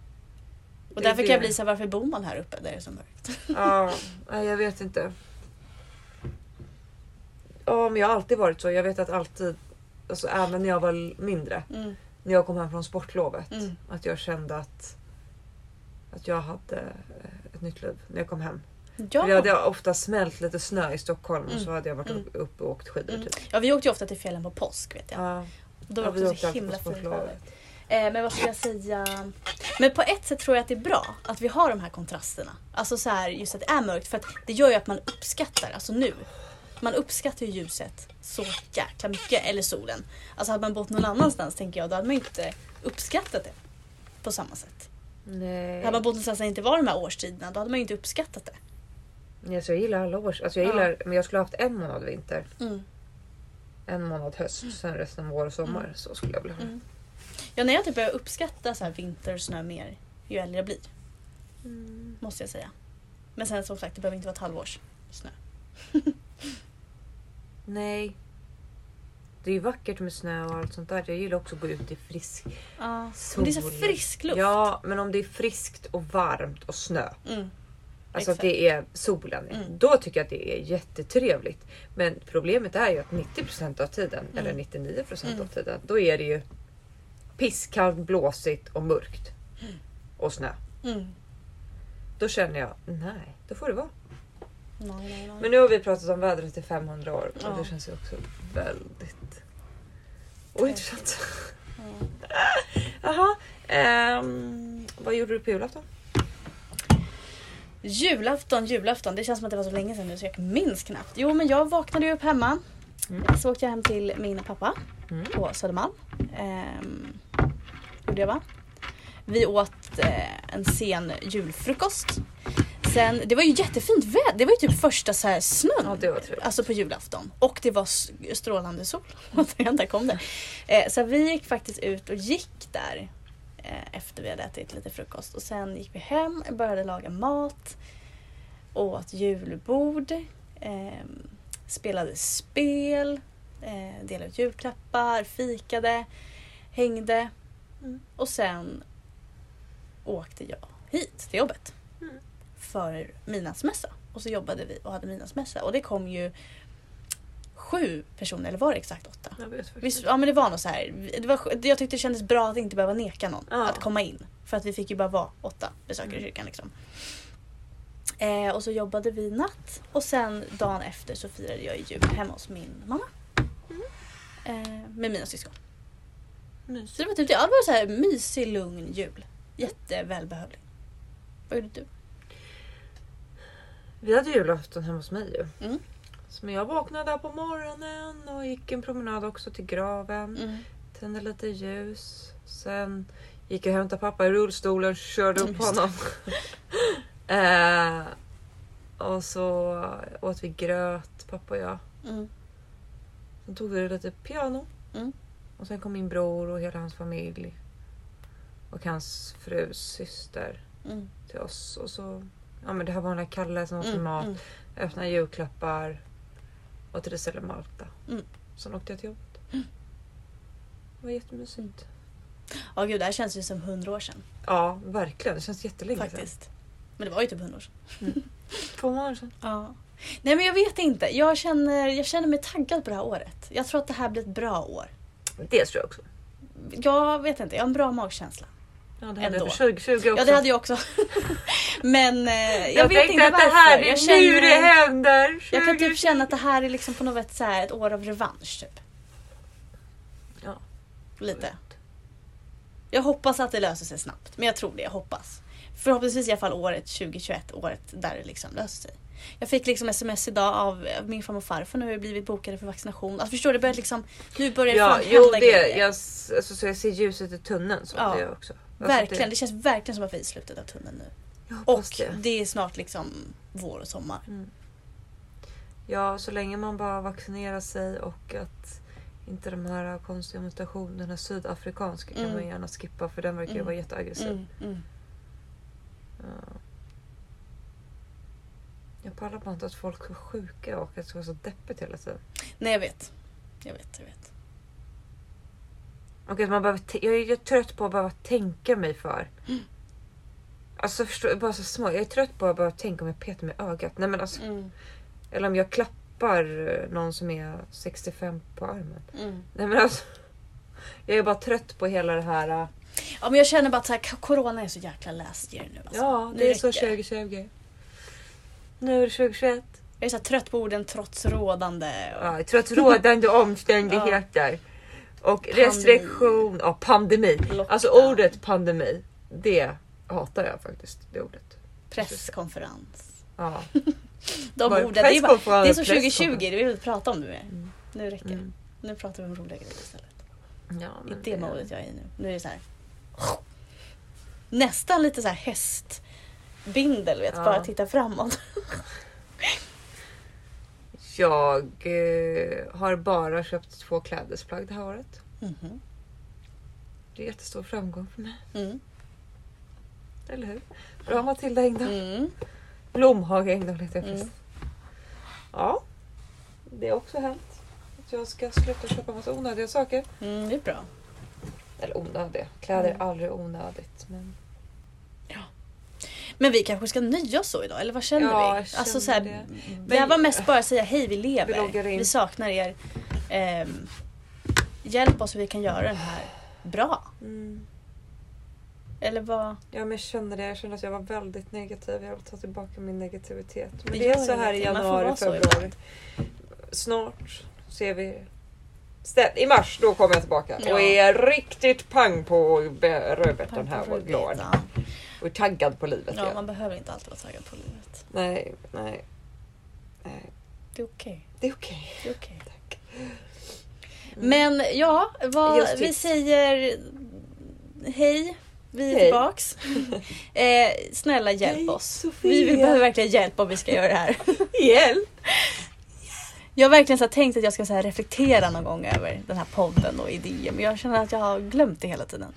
[SPEAKER 1] Det
[SPEAKER 2] Och
[SPEAKER 1] är
[SPEAKER 2] därför kan
[SPEAKER 1] det.
[SPEAKER 2] jag bli såhär, varför bor man här uppe där det är så mörkt?
[SPEAKER 1] ja, nej, jag vet inte. Ja, men jag har alltid varit så. Jag vet att alltid, alltså, även när jag var mindre,
[SPEAKER 2] Mm.
[SPEAKER 1] när jag kom hem från sportlovet,
[SPEAKER 2] Mm.
[SPEAKER 1] att jag kände att, att jag hade eh, ett nytt liv när jag kom hem. För Det
[SPEAKER 2] Ja.
[SPEAKER 1] hade ofta smält lite snö i Stockholm och
[SPEAKER 2] Mm.
[SPEAKER 1] så hade jag varit
[SPEAKER 2] Mm.
[SPEAKER 1] upp- uppe och åkt skidor.
[SPEAKER 2] Mm.
[SPEAKER 1] Typ.
[SPEAKER 2] ja, vi åkte ju ofta till fjällen på påsk vet jag.
[SPEAKER 1] Ja,
[SPEAKER 2] Då
[SPEAKER 1] ja,
[SPEAKER 2] var
[SPEAKER 1] vi
[SPEAKER 2] det
[SPEAKER 1] åkte
[SPEAKER 2] också så
[SPEAKER 1] alltid
[SPEAKER 2] himla
[SPEAKER 1] på
[SPEAKER 2] fint
[SPEAKER 1] sportlovet.
[SPEAKER 2] väder. Eh, men vad ska jag säga? Men på ett sätt tror jag att det är bra att vi har de här kontrasterna. Alltså så här, just att det är mörkt för att det gör ju att man uppskattar, alltså nu. Man uppskattar ju ljuset så jäkla mycket, eller solen. Alltså hade man bott någon annanstans tänker jag, då hade man ju inte uppskattat det på samma sätt.
[SPEAKER 1] Nej.
[SPEAKER 2] Hade man bott någonstans där det inte var de här årstiderna, då hade man ju inte uppskattat det.
[SPEAKER 1] Nej, så jag gillar alla års... Alltså jag
[SPEAKER 2] Ja.
[SPEAKER 1] gillar, Men jag skulle ha haft en månad vinter,
[SPEAKER 2] Mm.
[SPEAKER 1] en månad höst, sen resten vår och sommar.
[SPEAKER 2] Mm.
[SPEAKER 1] Så skulle jag vilja ha det.
[SPEAKER 2] Mm. Ja, när jag typ börjar uppskatta så här vinter och snö mer ju äldre jag blir,
[SPEAKER 1] Mm.
[SPEAKER 2] måste jag säga. Men sen som sagt, det behöver inte vara ett halvårs snö.
[SPEAKER 1] Nej. Det är ju vackert med snö och allt sånt där. Jag gillar också att gå ut i frisk
[SPEAKER 2] Ja,
[SPEAKER 1] sol.
[SPEAKER 2] men det är så frisk luft.
[SPEAKER 1] Ja, men om det är friskt och varmt och snö.
[SPEAKER 2] Mm.
[SPEAKER 1] Alltså
[SPEAKER 2] Exakt.
[SPEAKER 1] att det är solen.
[SPEAKER 2] Mm.
[SPEAKER 1] Då tycker jag att det är jättetrevligt. Men problemet är ju att 90% av tiden,
[SPEAKER 2] Mm.
[SPEAKER 1] eller 99% av
[SPEAKER 2] Mm.
[SPEAKER 1] tiden, då är det ju pisskallt, blåsigt och mörkt. Och snö.
[SPEAKER 2] Mm.
[SPEAKER 1] Då känner jag, nej, då får det vara.
[SPEAKER 2] Nej, nej, nej.
[SPEAKER 1] Men nu har vi pratat om vädret i 500 år och
[SPEAKER 2] Ja.
[SPEAKER 1] det känns ju också väldigt ointressant.
[SPEAKER 2] Ja.
[SPEAKER 1] Jaha, ehm, vad gjorde du på julafton?
[SPEAKER 2] Julafton, julafton. Det känns som att det var så länge sedan nu så jag minns knappt. Jo, men jag vaknade ju upp hemma.
[SPEAKER 1] Mm.
[SPEAKER 2] Så åkte jag hem till min pappa
[SPEAKER 1] Mm.
[SPEAKER 2] på Södermalm. Ehm, gjorde jag va? Vi åt eh, en sen julfrukost. Sen, det var ju jättefint väder. Det var ju typ första så här snön
[SPEAKER 1] Ja, det var trevligt.
[SPEAKER 2] alltså på julafton. Och det var s- strålande sol. Återigen, där kom det. Eh, så vi gick faktiskt ut och gick där eh, efter vi hade ätit lite frukost. Och sen gick vi hem, började laga mat, åt julbord, ehm, spelade spel, eh, delade ut julklappar, fikade, hängde.
[SPEAKER 1] Mm.
[SPEAKER 2] Och sen åkte jag hit till jobbet
[SPEAKER 1] Mm.
[SPEAKER 2] för midnattsmässa. Och så jobbade vi och hade midnattsmässa och det kom ju sju personer, eller var det exakt åtta?
[SPEAKER 1] Jag vet faktiskt
[SPEAKER 2] Visst,
[SPEAKER 1] inte.
[SPEAKER 2] ja men det var något så här. Det var, sk- jag tyckte det kändes bra att inte behöva neka någon
[SPEAKER 1] Ja.
[SPEAKER 2] att komma in. För att vi fick ju bara vara åtta besökare i
[SPEAKER 1] Mm.
[SPEAKER 2] kyrkan. Liksom. Eh, och så jobbade vi natt och sen dagen efter så firade jag jul hemma hos min mamma.
[SPEAKER 1] Mm.
[SPEAKER 2] Eh, med mina syskon. Så det var typ det. Ja, det var så här mysig, lugn jul. Jättevälbehövlig. Vad gjorde du?
[SPEAKER 1] Vi hade julafton hemma hos mig ju.
[SPEAKER 2] Mm.
[SPEAKER 1] Så men jag vaknade där på morgonen och gick en promenad också till graven.
[SPEAKER 2] Mm.
[SPEAKER 1] Tände lite ljus. Sen gick jag och hämtade pappa i rullstolen, körde upp
[SPEAKER 2] Just det.
[SPEAKER 1] honom. eh, och så åt vi gröt, pappa och jag.
[SPEAKER 2] Mm.
[SPEAKER 1] Sen tog vi lite piano.
[SPEAKER 2] Mm.
[SPEAKER 1] Och sen kom min bror och hela hans familj. Och hans frus syster
[SPEAKER 2] Mm.
[SPEAKER 1] till oss. Och så, ja men det här var den där Kalle som åt
[SPEAKER 2] Mm.
[SPEAKER 1] mat.
[SPEAKER 2] Mm.
[SPEAKER 1] Öppnade julklappar. Och till Rissele Malta.
[SPEAKER 2] Mm.
[SPEAKER 1] Sen åkte jag till jobbet. Det var jättemysigt.
[SPEAKER 2] Ja gud, det här känns ju som hundra år sedan.
[SPEAKER 1] Ja, verkligen. Det känns jättelänge sedan.
[SPEAKER 2] faktiskt. Men det var ju typ hundra år sedan.
[SPEAKER 1] Två månader sedan.
[SPEAKER 2] Ja. Nej men jag vet inte. Jag känner, jag känner mig taggad på det här året. Jag tror att det här blir ett bra år.
[SPEAKER 1] Det tror jag också.
[SPEAKER 2] Jag vet inte, jag har en bra magkänsla.
[SPEAKER 1] Ja, det hade
[SPEAKER 2] Ändå.
[SPEAKER 1] jag för 2020 också.
[SPEAKER 2] Ja det hade jag också. men eh, jag,
[SPEAKER 1] jag
[SPEAKER 2] vet
[SPEAKER 1] tänkte
[SPEAKER 2] inte
[SPEAKER 1] att
[SPEAKER 2] varför.
[SPEAKER 1] det här, det är
[SPEAKER 2] jag,
[SPEAKER 1] nu det
[SPEAKER 2] känner,
[SPEAKER 1] händer.
[SPEAKER 2] jag kan typ
[SPEAKER 1] 2020.
[SPEAKER 2] känna att det här är liksom på något sätt så här ett år av revansch. Typ.
[SPEAKER 1] Ja.
[SPEAKER 2] Lite. Jag hoppas att det löser sig snabbt, men jag tror det. Jag hoppas. Förhoppningsvis i alla fall året 2021, året där det liksom löser sig. Jag fick liksom sms idag av eh, min farmor och farfar nu har ju blivit bokade för vaccination. Alltså förstår du, det börjar liksom, nu börjar det
[SPEAKER 1] Ja,
[SPEAKER 2] fan
[SPEAKER 1] jo
[SPEAKER 2] hända
[SPEAKER 1] det,
[SPEAKER 2] grejer.
[SPEAKER 1] jag, s- alltså, så jag ser ljuset i tunneln. Så
[SPEAKER 2] Ja.
[SPEAKER 1] det gör jag också. Alltså,
[SPEAKER 2] verkligen,
[SPEAKER 1] Det,
[SPEAKER 2] det känns verkligen som att vi är i slutet av tunneln nu.
[SPEAKER 1] jag hoppas
[SPEAKER 2] Och
[SPEAKER 1] det. Mm.
[SPEAKER 2] det är snart liksom vår och sommar.
[SPEAKER 1] Ja, så länge man bara vaccinerar sig och att inte de här konstiga mutationerna sydafrikanska kan
[SPEAKER 2] Mm.
[SPEAKER 1] man gärna skippa för den verkar ju
[SPEAKER 2] Mm.
[SPEAKER 1] vara jätteaggressiv.
[SPEAKER 2] Mm, mm.
[SPEAKER 1] Ja. Jag pallar bara inte att folk är sjuka och att det ska vara så deppigt hela tiden.
[SPEAKER 2] Nej jag vet. Jag vet, jag vet.
[SPEAKER 1] Och att man behöver te- jag är ju trött på att behöva tänka mig för. Alltså förstår, bara så små. Jag är trött på att behöva tänka om jag petar mig i ögat. Nej, men alltså,
[SPEAKER 2] Mm,
[SPEAKER 1] Eller om jag klappar eh, någon som är 65 på armen.
[SPEAKER 2] mm.
[SPEAKER 1] Nej men alltså. Jag är bara trött på hela det här. äh,
[SPEAKER 2] Ja, men jag känner bara att så här, corona är så jäkla last year nu. Alltså.
[SPEAKER 1] Ja,
[SPEAKER 2] Nu
[SPEAKER 1] det är så
[SPEAKER 2] räcker
[SPEAKER 1] 2020. Nu är det 2021.
[SPEAKER 2] Jag är så här, trött på orden trots rådande. Och...
[SPEAKER 1] Ja, trots rådande omständigheter. Och restriktion och pandemi.
[SPEAKER 2] Lockdown.
[SPEAKER 1] Alltså ordet pandemi, det hatar jag faktiskt. Det ordet.
[SPEAKER 2] Presskonferens.
[SPEAKER 1] Ja.
[SPEAKER 2] De
[SPEAKER 1] Bara
[SPEAKER 2] orden, det är, bara, det är som
[SPEAKER 1] presskonferens,
[SPEAKER 2] 2020,
[SPEAKER 1] presskonferens.
[SPEAKER 2] det vill vi inte prata om nu mer.
[SPEAKER 1] Mm.
[SPEAKER 2] Nu räcker det.
[SPEAKER 1] Mm.
[SPEAKER 2] Nu pratar vi om roliga grejer istället.
[SPEAKER 1] Ja,
[SPEAKER 2] I
[SPEAKER 1] men
[SPEAKER 2] det modet jag är i nu. Nu är det så här. Nästan lite så här hästbindel vet,
[SPEAKER 1] Ja.
[SPEAKER 2] bara titta framåt.
[SPEAKER 1] Jag eh, har bara köpt två klädesplagg det här året.
[SPEAKER 2] Mhm.
[SPEAKER 1] Det är jättestor framgång för mig,
[SPEAKER 2] Mm.
[SPEAKER 1] eller hur? Bra Matilda Engdahl.
[SPEAKER 2] Mm.
[SPEAKER 1] Blomhage Engdahl heter jag förresten.
[SPEAKER 2] Mm.
[SPEAKER 1] Ja, det har också hänt. Att jag ska sluta köpa massa onödiga saker.
[SPEAKER 2] Mm, det är bra.
[SPEAKER 1] Eller onödiga, kläder är
[SPEAKER 2] Mm.
[SPEAKER 1] aldrig onödigt. Men
[SPEAKER 2] Men vi kanske ska nöja oss så idag, eller vad känner
[SPEAKER 1] Ja,
[SPEAKER 2] vi?
[SPEAKER 1] jag känner
[SPEAKER 2] alltså, så här,
[SPEAKER 1] det.
[SPEAKER 2] det här var mest bara att säga hej, vi
[SPEAKER 1] Vi
[SPEAKER 2] lever.
[SPEAKER 1] loggar
[SPEAKER 2] Vi,
[SPEAKER 1] in.
[SPEAKER 2] saknar er. Ehm, hjälp oss hur vi kan göra den här bra.
[SPEAKER 1] Mm.
[SPEAKER 2] Eller vad?
[SPEAKER 1] Ja, men jag känner det. Jag känner att jag var väldigt negativ. Jag vill ta tillbaka min negativitet. Men
[SPEAKER 2] Det
[SPEAKER 1] det är
[SPEAKER 2] gör
[SPEAKER 1] så här i
[SPEAKER 2] ingenting. Man får
[SPEAKER 1] januari,
[SPEAKER 2] vara så
[SPEAKER 1] februari. Snart ser vi... Ställ, I mars, då kommer jag tillbaka
[SPEAKER 2] Ja.
[SPEAKER 1] och är riktigt pang på be- rödbetan här och glad.
[SPEAKER 2] Ja,
[SPEAKER 1] Och är taggad på livet
[SPEAKER 2] ja,
[SPEAKER 1] igen.
[SPEAKER 2] man behöver inte alltid vara taggad på livet.
[SPEAKER 1] Nej, nej. nej.
[SPEAKER 2] Det är okej.
[SPEAKER 1] Det är okej.
[SPEAKER 2] Det är okej.
[SPEAKER 1] Tack.
[SPEAKER 2] Men ja, vad,
[SPEAKER 1] Just det.
[SPEAKER 2] vi säger hej. Vi är
[SPEAKER 1] Hej.
[SPEAKER 2] tillbaks. eh, snälla hjälp
[SPEAKER 1] Hej,
[SPEAKER 2] oss.
[SPEAKER 1] Sofia.
[SPEAKER 2] Vi vill, behöver verkligen hjälp om vi ska göra det här.
[SPEAKER 1] Hjälp!
[SPEAKER 2] Jag har verkligen så här tänkt att jag ska så här reflektera någon gång över den här podden och idéer men jag känner att jag har glömt det hela tiden.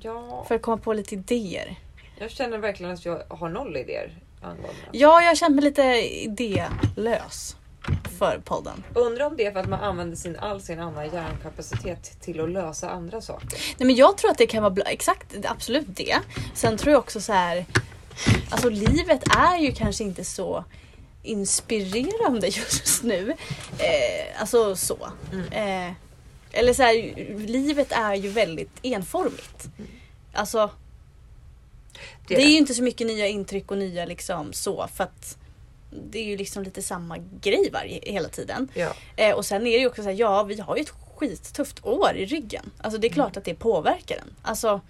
[SPEAKER 1] Ja,
[SPEAKER 2] För att komma på lite idéer.
[SPEAKER 1] jag känner verkligen att jag har noll idéer angående.
[SPEAKER 2] Ja, jag har känt mig lite idélös för podden.
[SPEAKER 1] Undrar om det är för att man använder sin, all sin andra hjärnkapacitet till att lösa andra saker.
[SPEAKER 2] Nej men jag tror att det kan vara bla- exakt, absolut det. Sen tror jag också så här, alltså livet är ju kanske inte så inspirerande just nu. Eh, alltså så. Eh, eller så här, livet är ju väldigt enformigt. Alltså Det, är ju inte så mycket nya intryck och nya liksom så för att det är ju liksom lite samma grej varje, hela tiden.
[SPEAKER 1] Ja.
[SPEAKER 2] Eh, och sen är det ju också så här, ja vi har ju ett skittufft år i ryggen. Alltså det är klart att det påverkar en. Alltså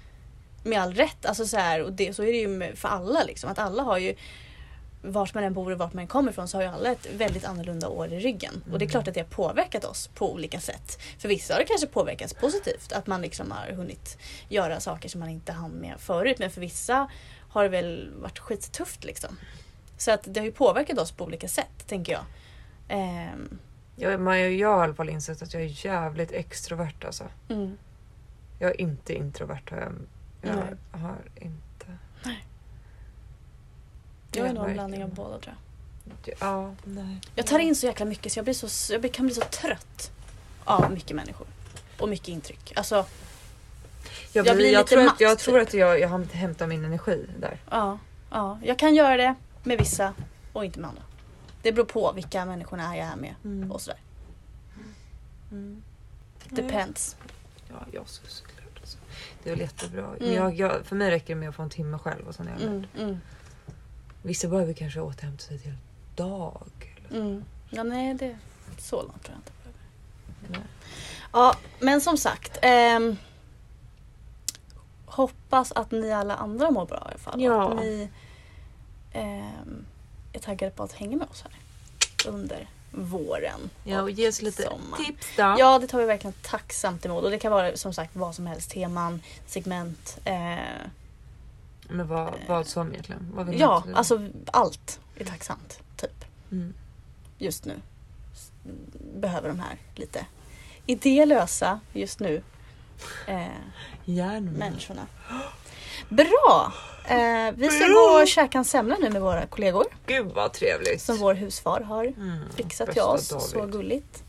[SPEAKER 2] med all rätt. Alltså så här, och det, så är det ju med- för alla liksom. Att alla har ju vart man än bor och vart man än kommer ifrån så har ju alla ett väldigt annorlunda år i ryggen. Och det är klart att det har påverkat oss på olika sätt. För vissa har det kanske påverkats positivt, att man liksom har hunnit göra saker som man inte hann med förut. Men för vissa har det väl varit skittufft liksom. Så att det har ju påverkat oss på olika sätt, tänker jag. Ehm,
[SPEAKER 1] Jag, man, jag har i alla fall insett att jag är jävligt extrovert alltså.
[SPEAKER 2] mm.
[SPEAKER 1] Jag är inte introvert. Har jag,
[SPEAKER 2] Nej.
[SPEAKER 1] jag har inte...
[SPEAKER 2] Jag är
[SPEAKER 1] Ja,
[SPEAKER 2] nog en
[SPEAKER 1] verkligen.
[SPEAKER 2] blandning av båda tror jag.
[SPEAKER 1] Ja, nej.
[SPEAKER 2] Jag tar in så jäkla mycket så jag, blir så, jag blir- kan bli så trött av mycket människor. Och mycket intryck. Alltså,
[SPEAKER 1] Jag,
[SPEAKER 2] Jag
[SPEAKER 1] blir,
[SPEAKER 2] blir
[SPEAKER 1] jag,
[SPEAKER 2] lite
[SPEAKER 1] tror
[SPEAKER 2] matt,
[SPEAKER 1] att, jag
[SPEAKER 2] typ.
[SPEAKER 1] tror att jag, jag har inte hämtat min energi där.
[SPEAKER 2] ja, ja. Jag kan göra det med vissa och inte med andra. Det beror på vilka människorna jag är med och sådär. Depends.
[SPEAKER 1] Mm. Ja, jag så såklart. Alltså. Det är väl jättebra.
[SPEAKER 2] Mm.
[SPEAKER 1] Jag, jag, för mig räcker det med att få en timme själv och sen är jag
[SPEAKER 2] Mm, mm,
[SPEAKER 1] Vissa behöver kanske återhämta sig till dag. Eller.
[SPEAKER 2] mm. Ja, nej, det så långt tror jag inte.
[SPEAKER 1] Nej.
[SPEAKER 2] Ja, men som sagt. ehm, hoppas att ni alla andra mår bra i alla fall. och
[SPEAKER 1] Ja.
[SPEAKER 2] Att ni ehm, är taggade på att hänga med oss här under våren.
[SPEAKER 1] Ja, och ge oss lite
[SPEAKER 2] sommaren.
[SPEAKER 1] tips då.
[SPEAKER 2] Ja, det tar vi verkligen tacksamt emot. Och det kan vara som sagt vad som helst. Teman, segment.
[SPEAKER 1] Mm,
[SPEAKER 2] Eh,
[SPEAKER 1] Men vad, vad som egentligen? Vad vill
[SPEAKER 2] ja,
[SPEAKER 1] ni att-
[SPEAKER 2] alltså allt är tacksamt. Typ
[SPEAKER 1] Mm.
[SPEAKER 2] just nu. S- Behöver de här lite idélösa just nu. Eh,
[SPEAKER 1] Hjärnorna.
[SPEAKER 2] människorna. Bra! Eh, vi ska
[SPEAKER 1] Bra!
[SPEAKER 2] gå och käka en semla nu med våra kollegor.
[SPEAKER 1] Gud vad trevligt.
[SPEAKER 2] Som vår husfar har
[SPEAKER 1] Mm,
[SPEAKER 2] fixat till
[SPEAKER 1] bästa
[SPEAKER 2] oss.
[SPEAKER 1] David.
[SPEAKER 2] Så gulligt.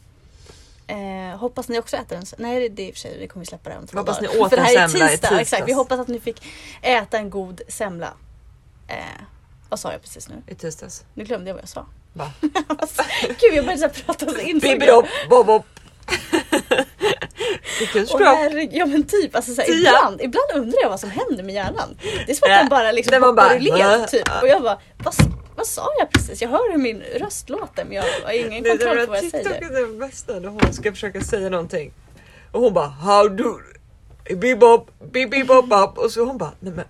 [SPEAKER 2] Eh, hoppas ni också äter en semla. Nej det- det är i och för sig, det kommer vi släppa det här om två
[SPEAKER 1] Hoppas
[SPEAKER 2] dagar.
[SPEAKER 1] ni åt
[SPEAKER 2] För det
[SPEAKER 1] en
[SPEAKER 2] här är
[SPEAKER 1] semla i
[SPEAKER 2] tisdag. Exakt.
[SPEAKER 1] tisdags.
[SPEAKER 2] Vi hoppas att ni fick äta en god semla. Eh, vad sa jag precis nu?
[SPEAKER 1] I tisdags.
[SPEAKER 2] Nu glömde jag vad jag sa.
[SPEAKER 1] Va?
[SPEAKER 2] Alltså, Gud jag började så här prata så in.
[SPEAKER 1] Bibidopp, bobopp. Vilken
[SPEAKER 2] Och
[SPEAKER 1] stroke.
[SPEAKER 2] herregud, ja men typ, alltså, så här,
[SPEAKER 1] Tia.
[SPEAKER 2] ibland, ibland undrar jag vad som händer med hjärnan. Det är som att
[SPEAKER 1] Äh,
[SPEAKER 2] den bara liksom
[SPEAKER 1] den var
[SPEAKER 2] hoppar
[SPEAKER 1] bara,
[SPEAKER 2] ur led
[SPEAKER 1] äh,
[SPEAKER 2] typ.
[SPEAKER 1] äh.
[SPEAKER 2] Och jag bara, vad, s- vad sa jag precis? Jag hör hur min röst låter men jag har ingen
[SPEAKER 1] Det
[SPEAKER 2] kontroll
[SPEAKER 1] där
[SPEAKER 2] på vad jag
[SPEAKER 1] TikTok
[SPEAKER 2] säger.
[SPEAKER 1] är den bästa när hon ska försöka säga någonting. Och hon bara how do bebop bebop up och så hon bara nej men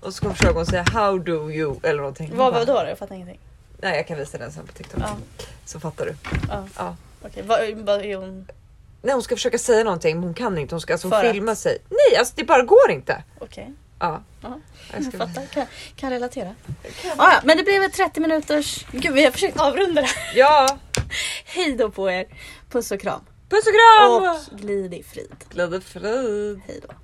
[SPEAKER 1] och så försöker hon säga how do you eller någonting. Hon
[SPEAKER 2] Vad
[SPEAKER 1] bara,
[SPEAKER 2] var då? Jag fattar ingenting.
[SPEAKER 1] Nej jag kan visa den sen på TikTok
[SPEAKER 2] Ja.
[SPEAKER 1] så fattar du.
[SPEAKER 2] Ja.
[SPEAKER 1] Ja.
[SPEAKER 2] Okej, vad, vad är hon?
[SPEAKER 1] Nej hon ska försöka säga någonting men hon kan inte. Hon ska alltså
[SPEAKER 2] För att?
[SPEAKER 1] filma sig. Nej alltså det bara går inte.
[SPEAKER 2] Okej,
[SPEAKER 1] Ja.
[SPEAKER 2] Ja.
[SPEAKER 1] Jag
[SPEAKER 2] jag
[SPEAKER 1] ska...
[SPEAKER 2] fattar. Kan, kan relatera. Ah, ja, men det blev ett 30 minuters... Gud, vi har försökt avrunda det här.
[SPEAKER 1] Ja.
[SPEAKER 2] Hej då på er. Puss och kram.
[SPEAKER 1] Puss och kram!
[SPEAKER 2] Och glid i frid.
[SPEAKER 1] Glad och frid.
[SPEAKER 2] Hej då.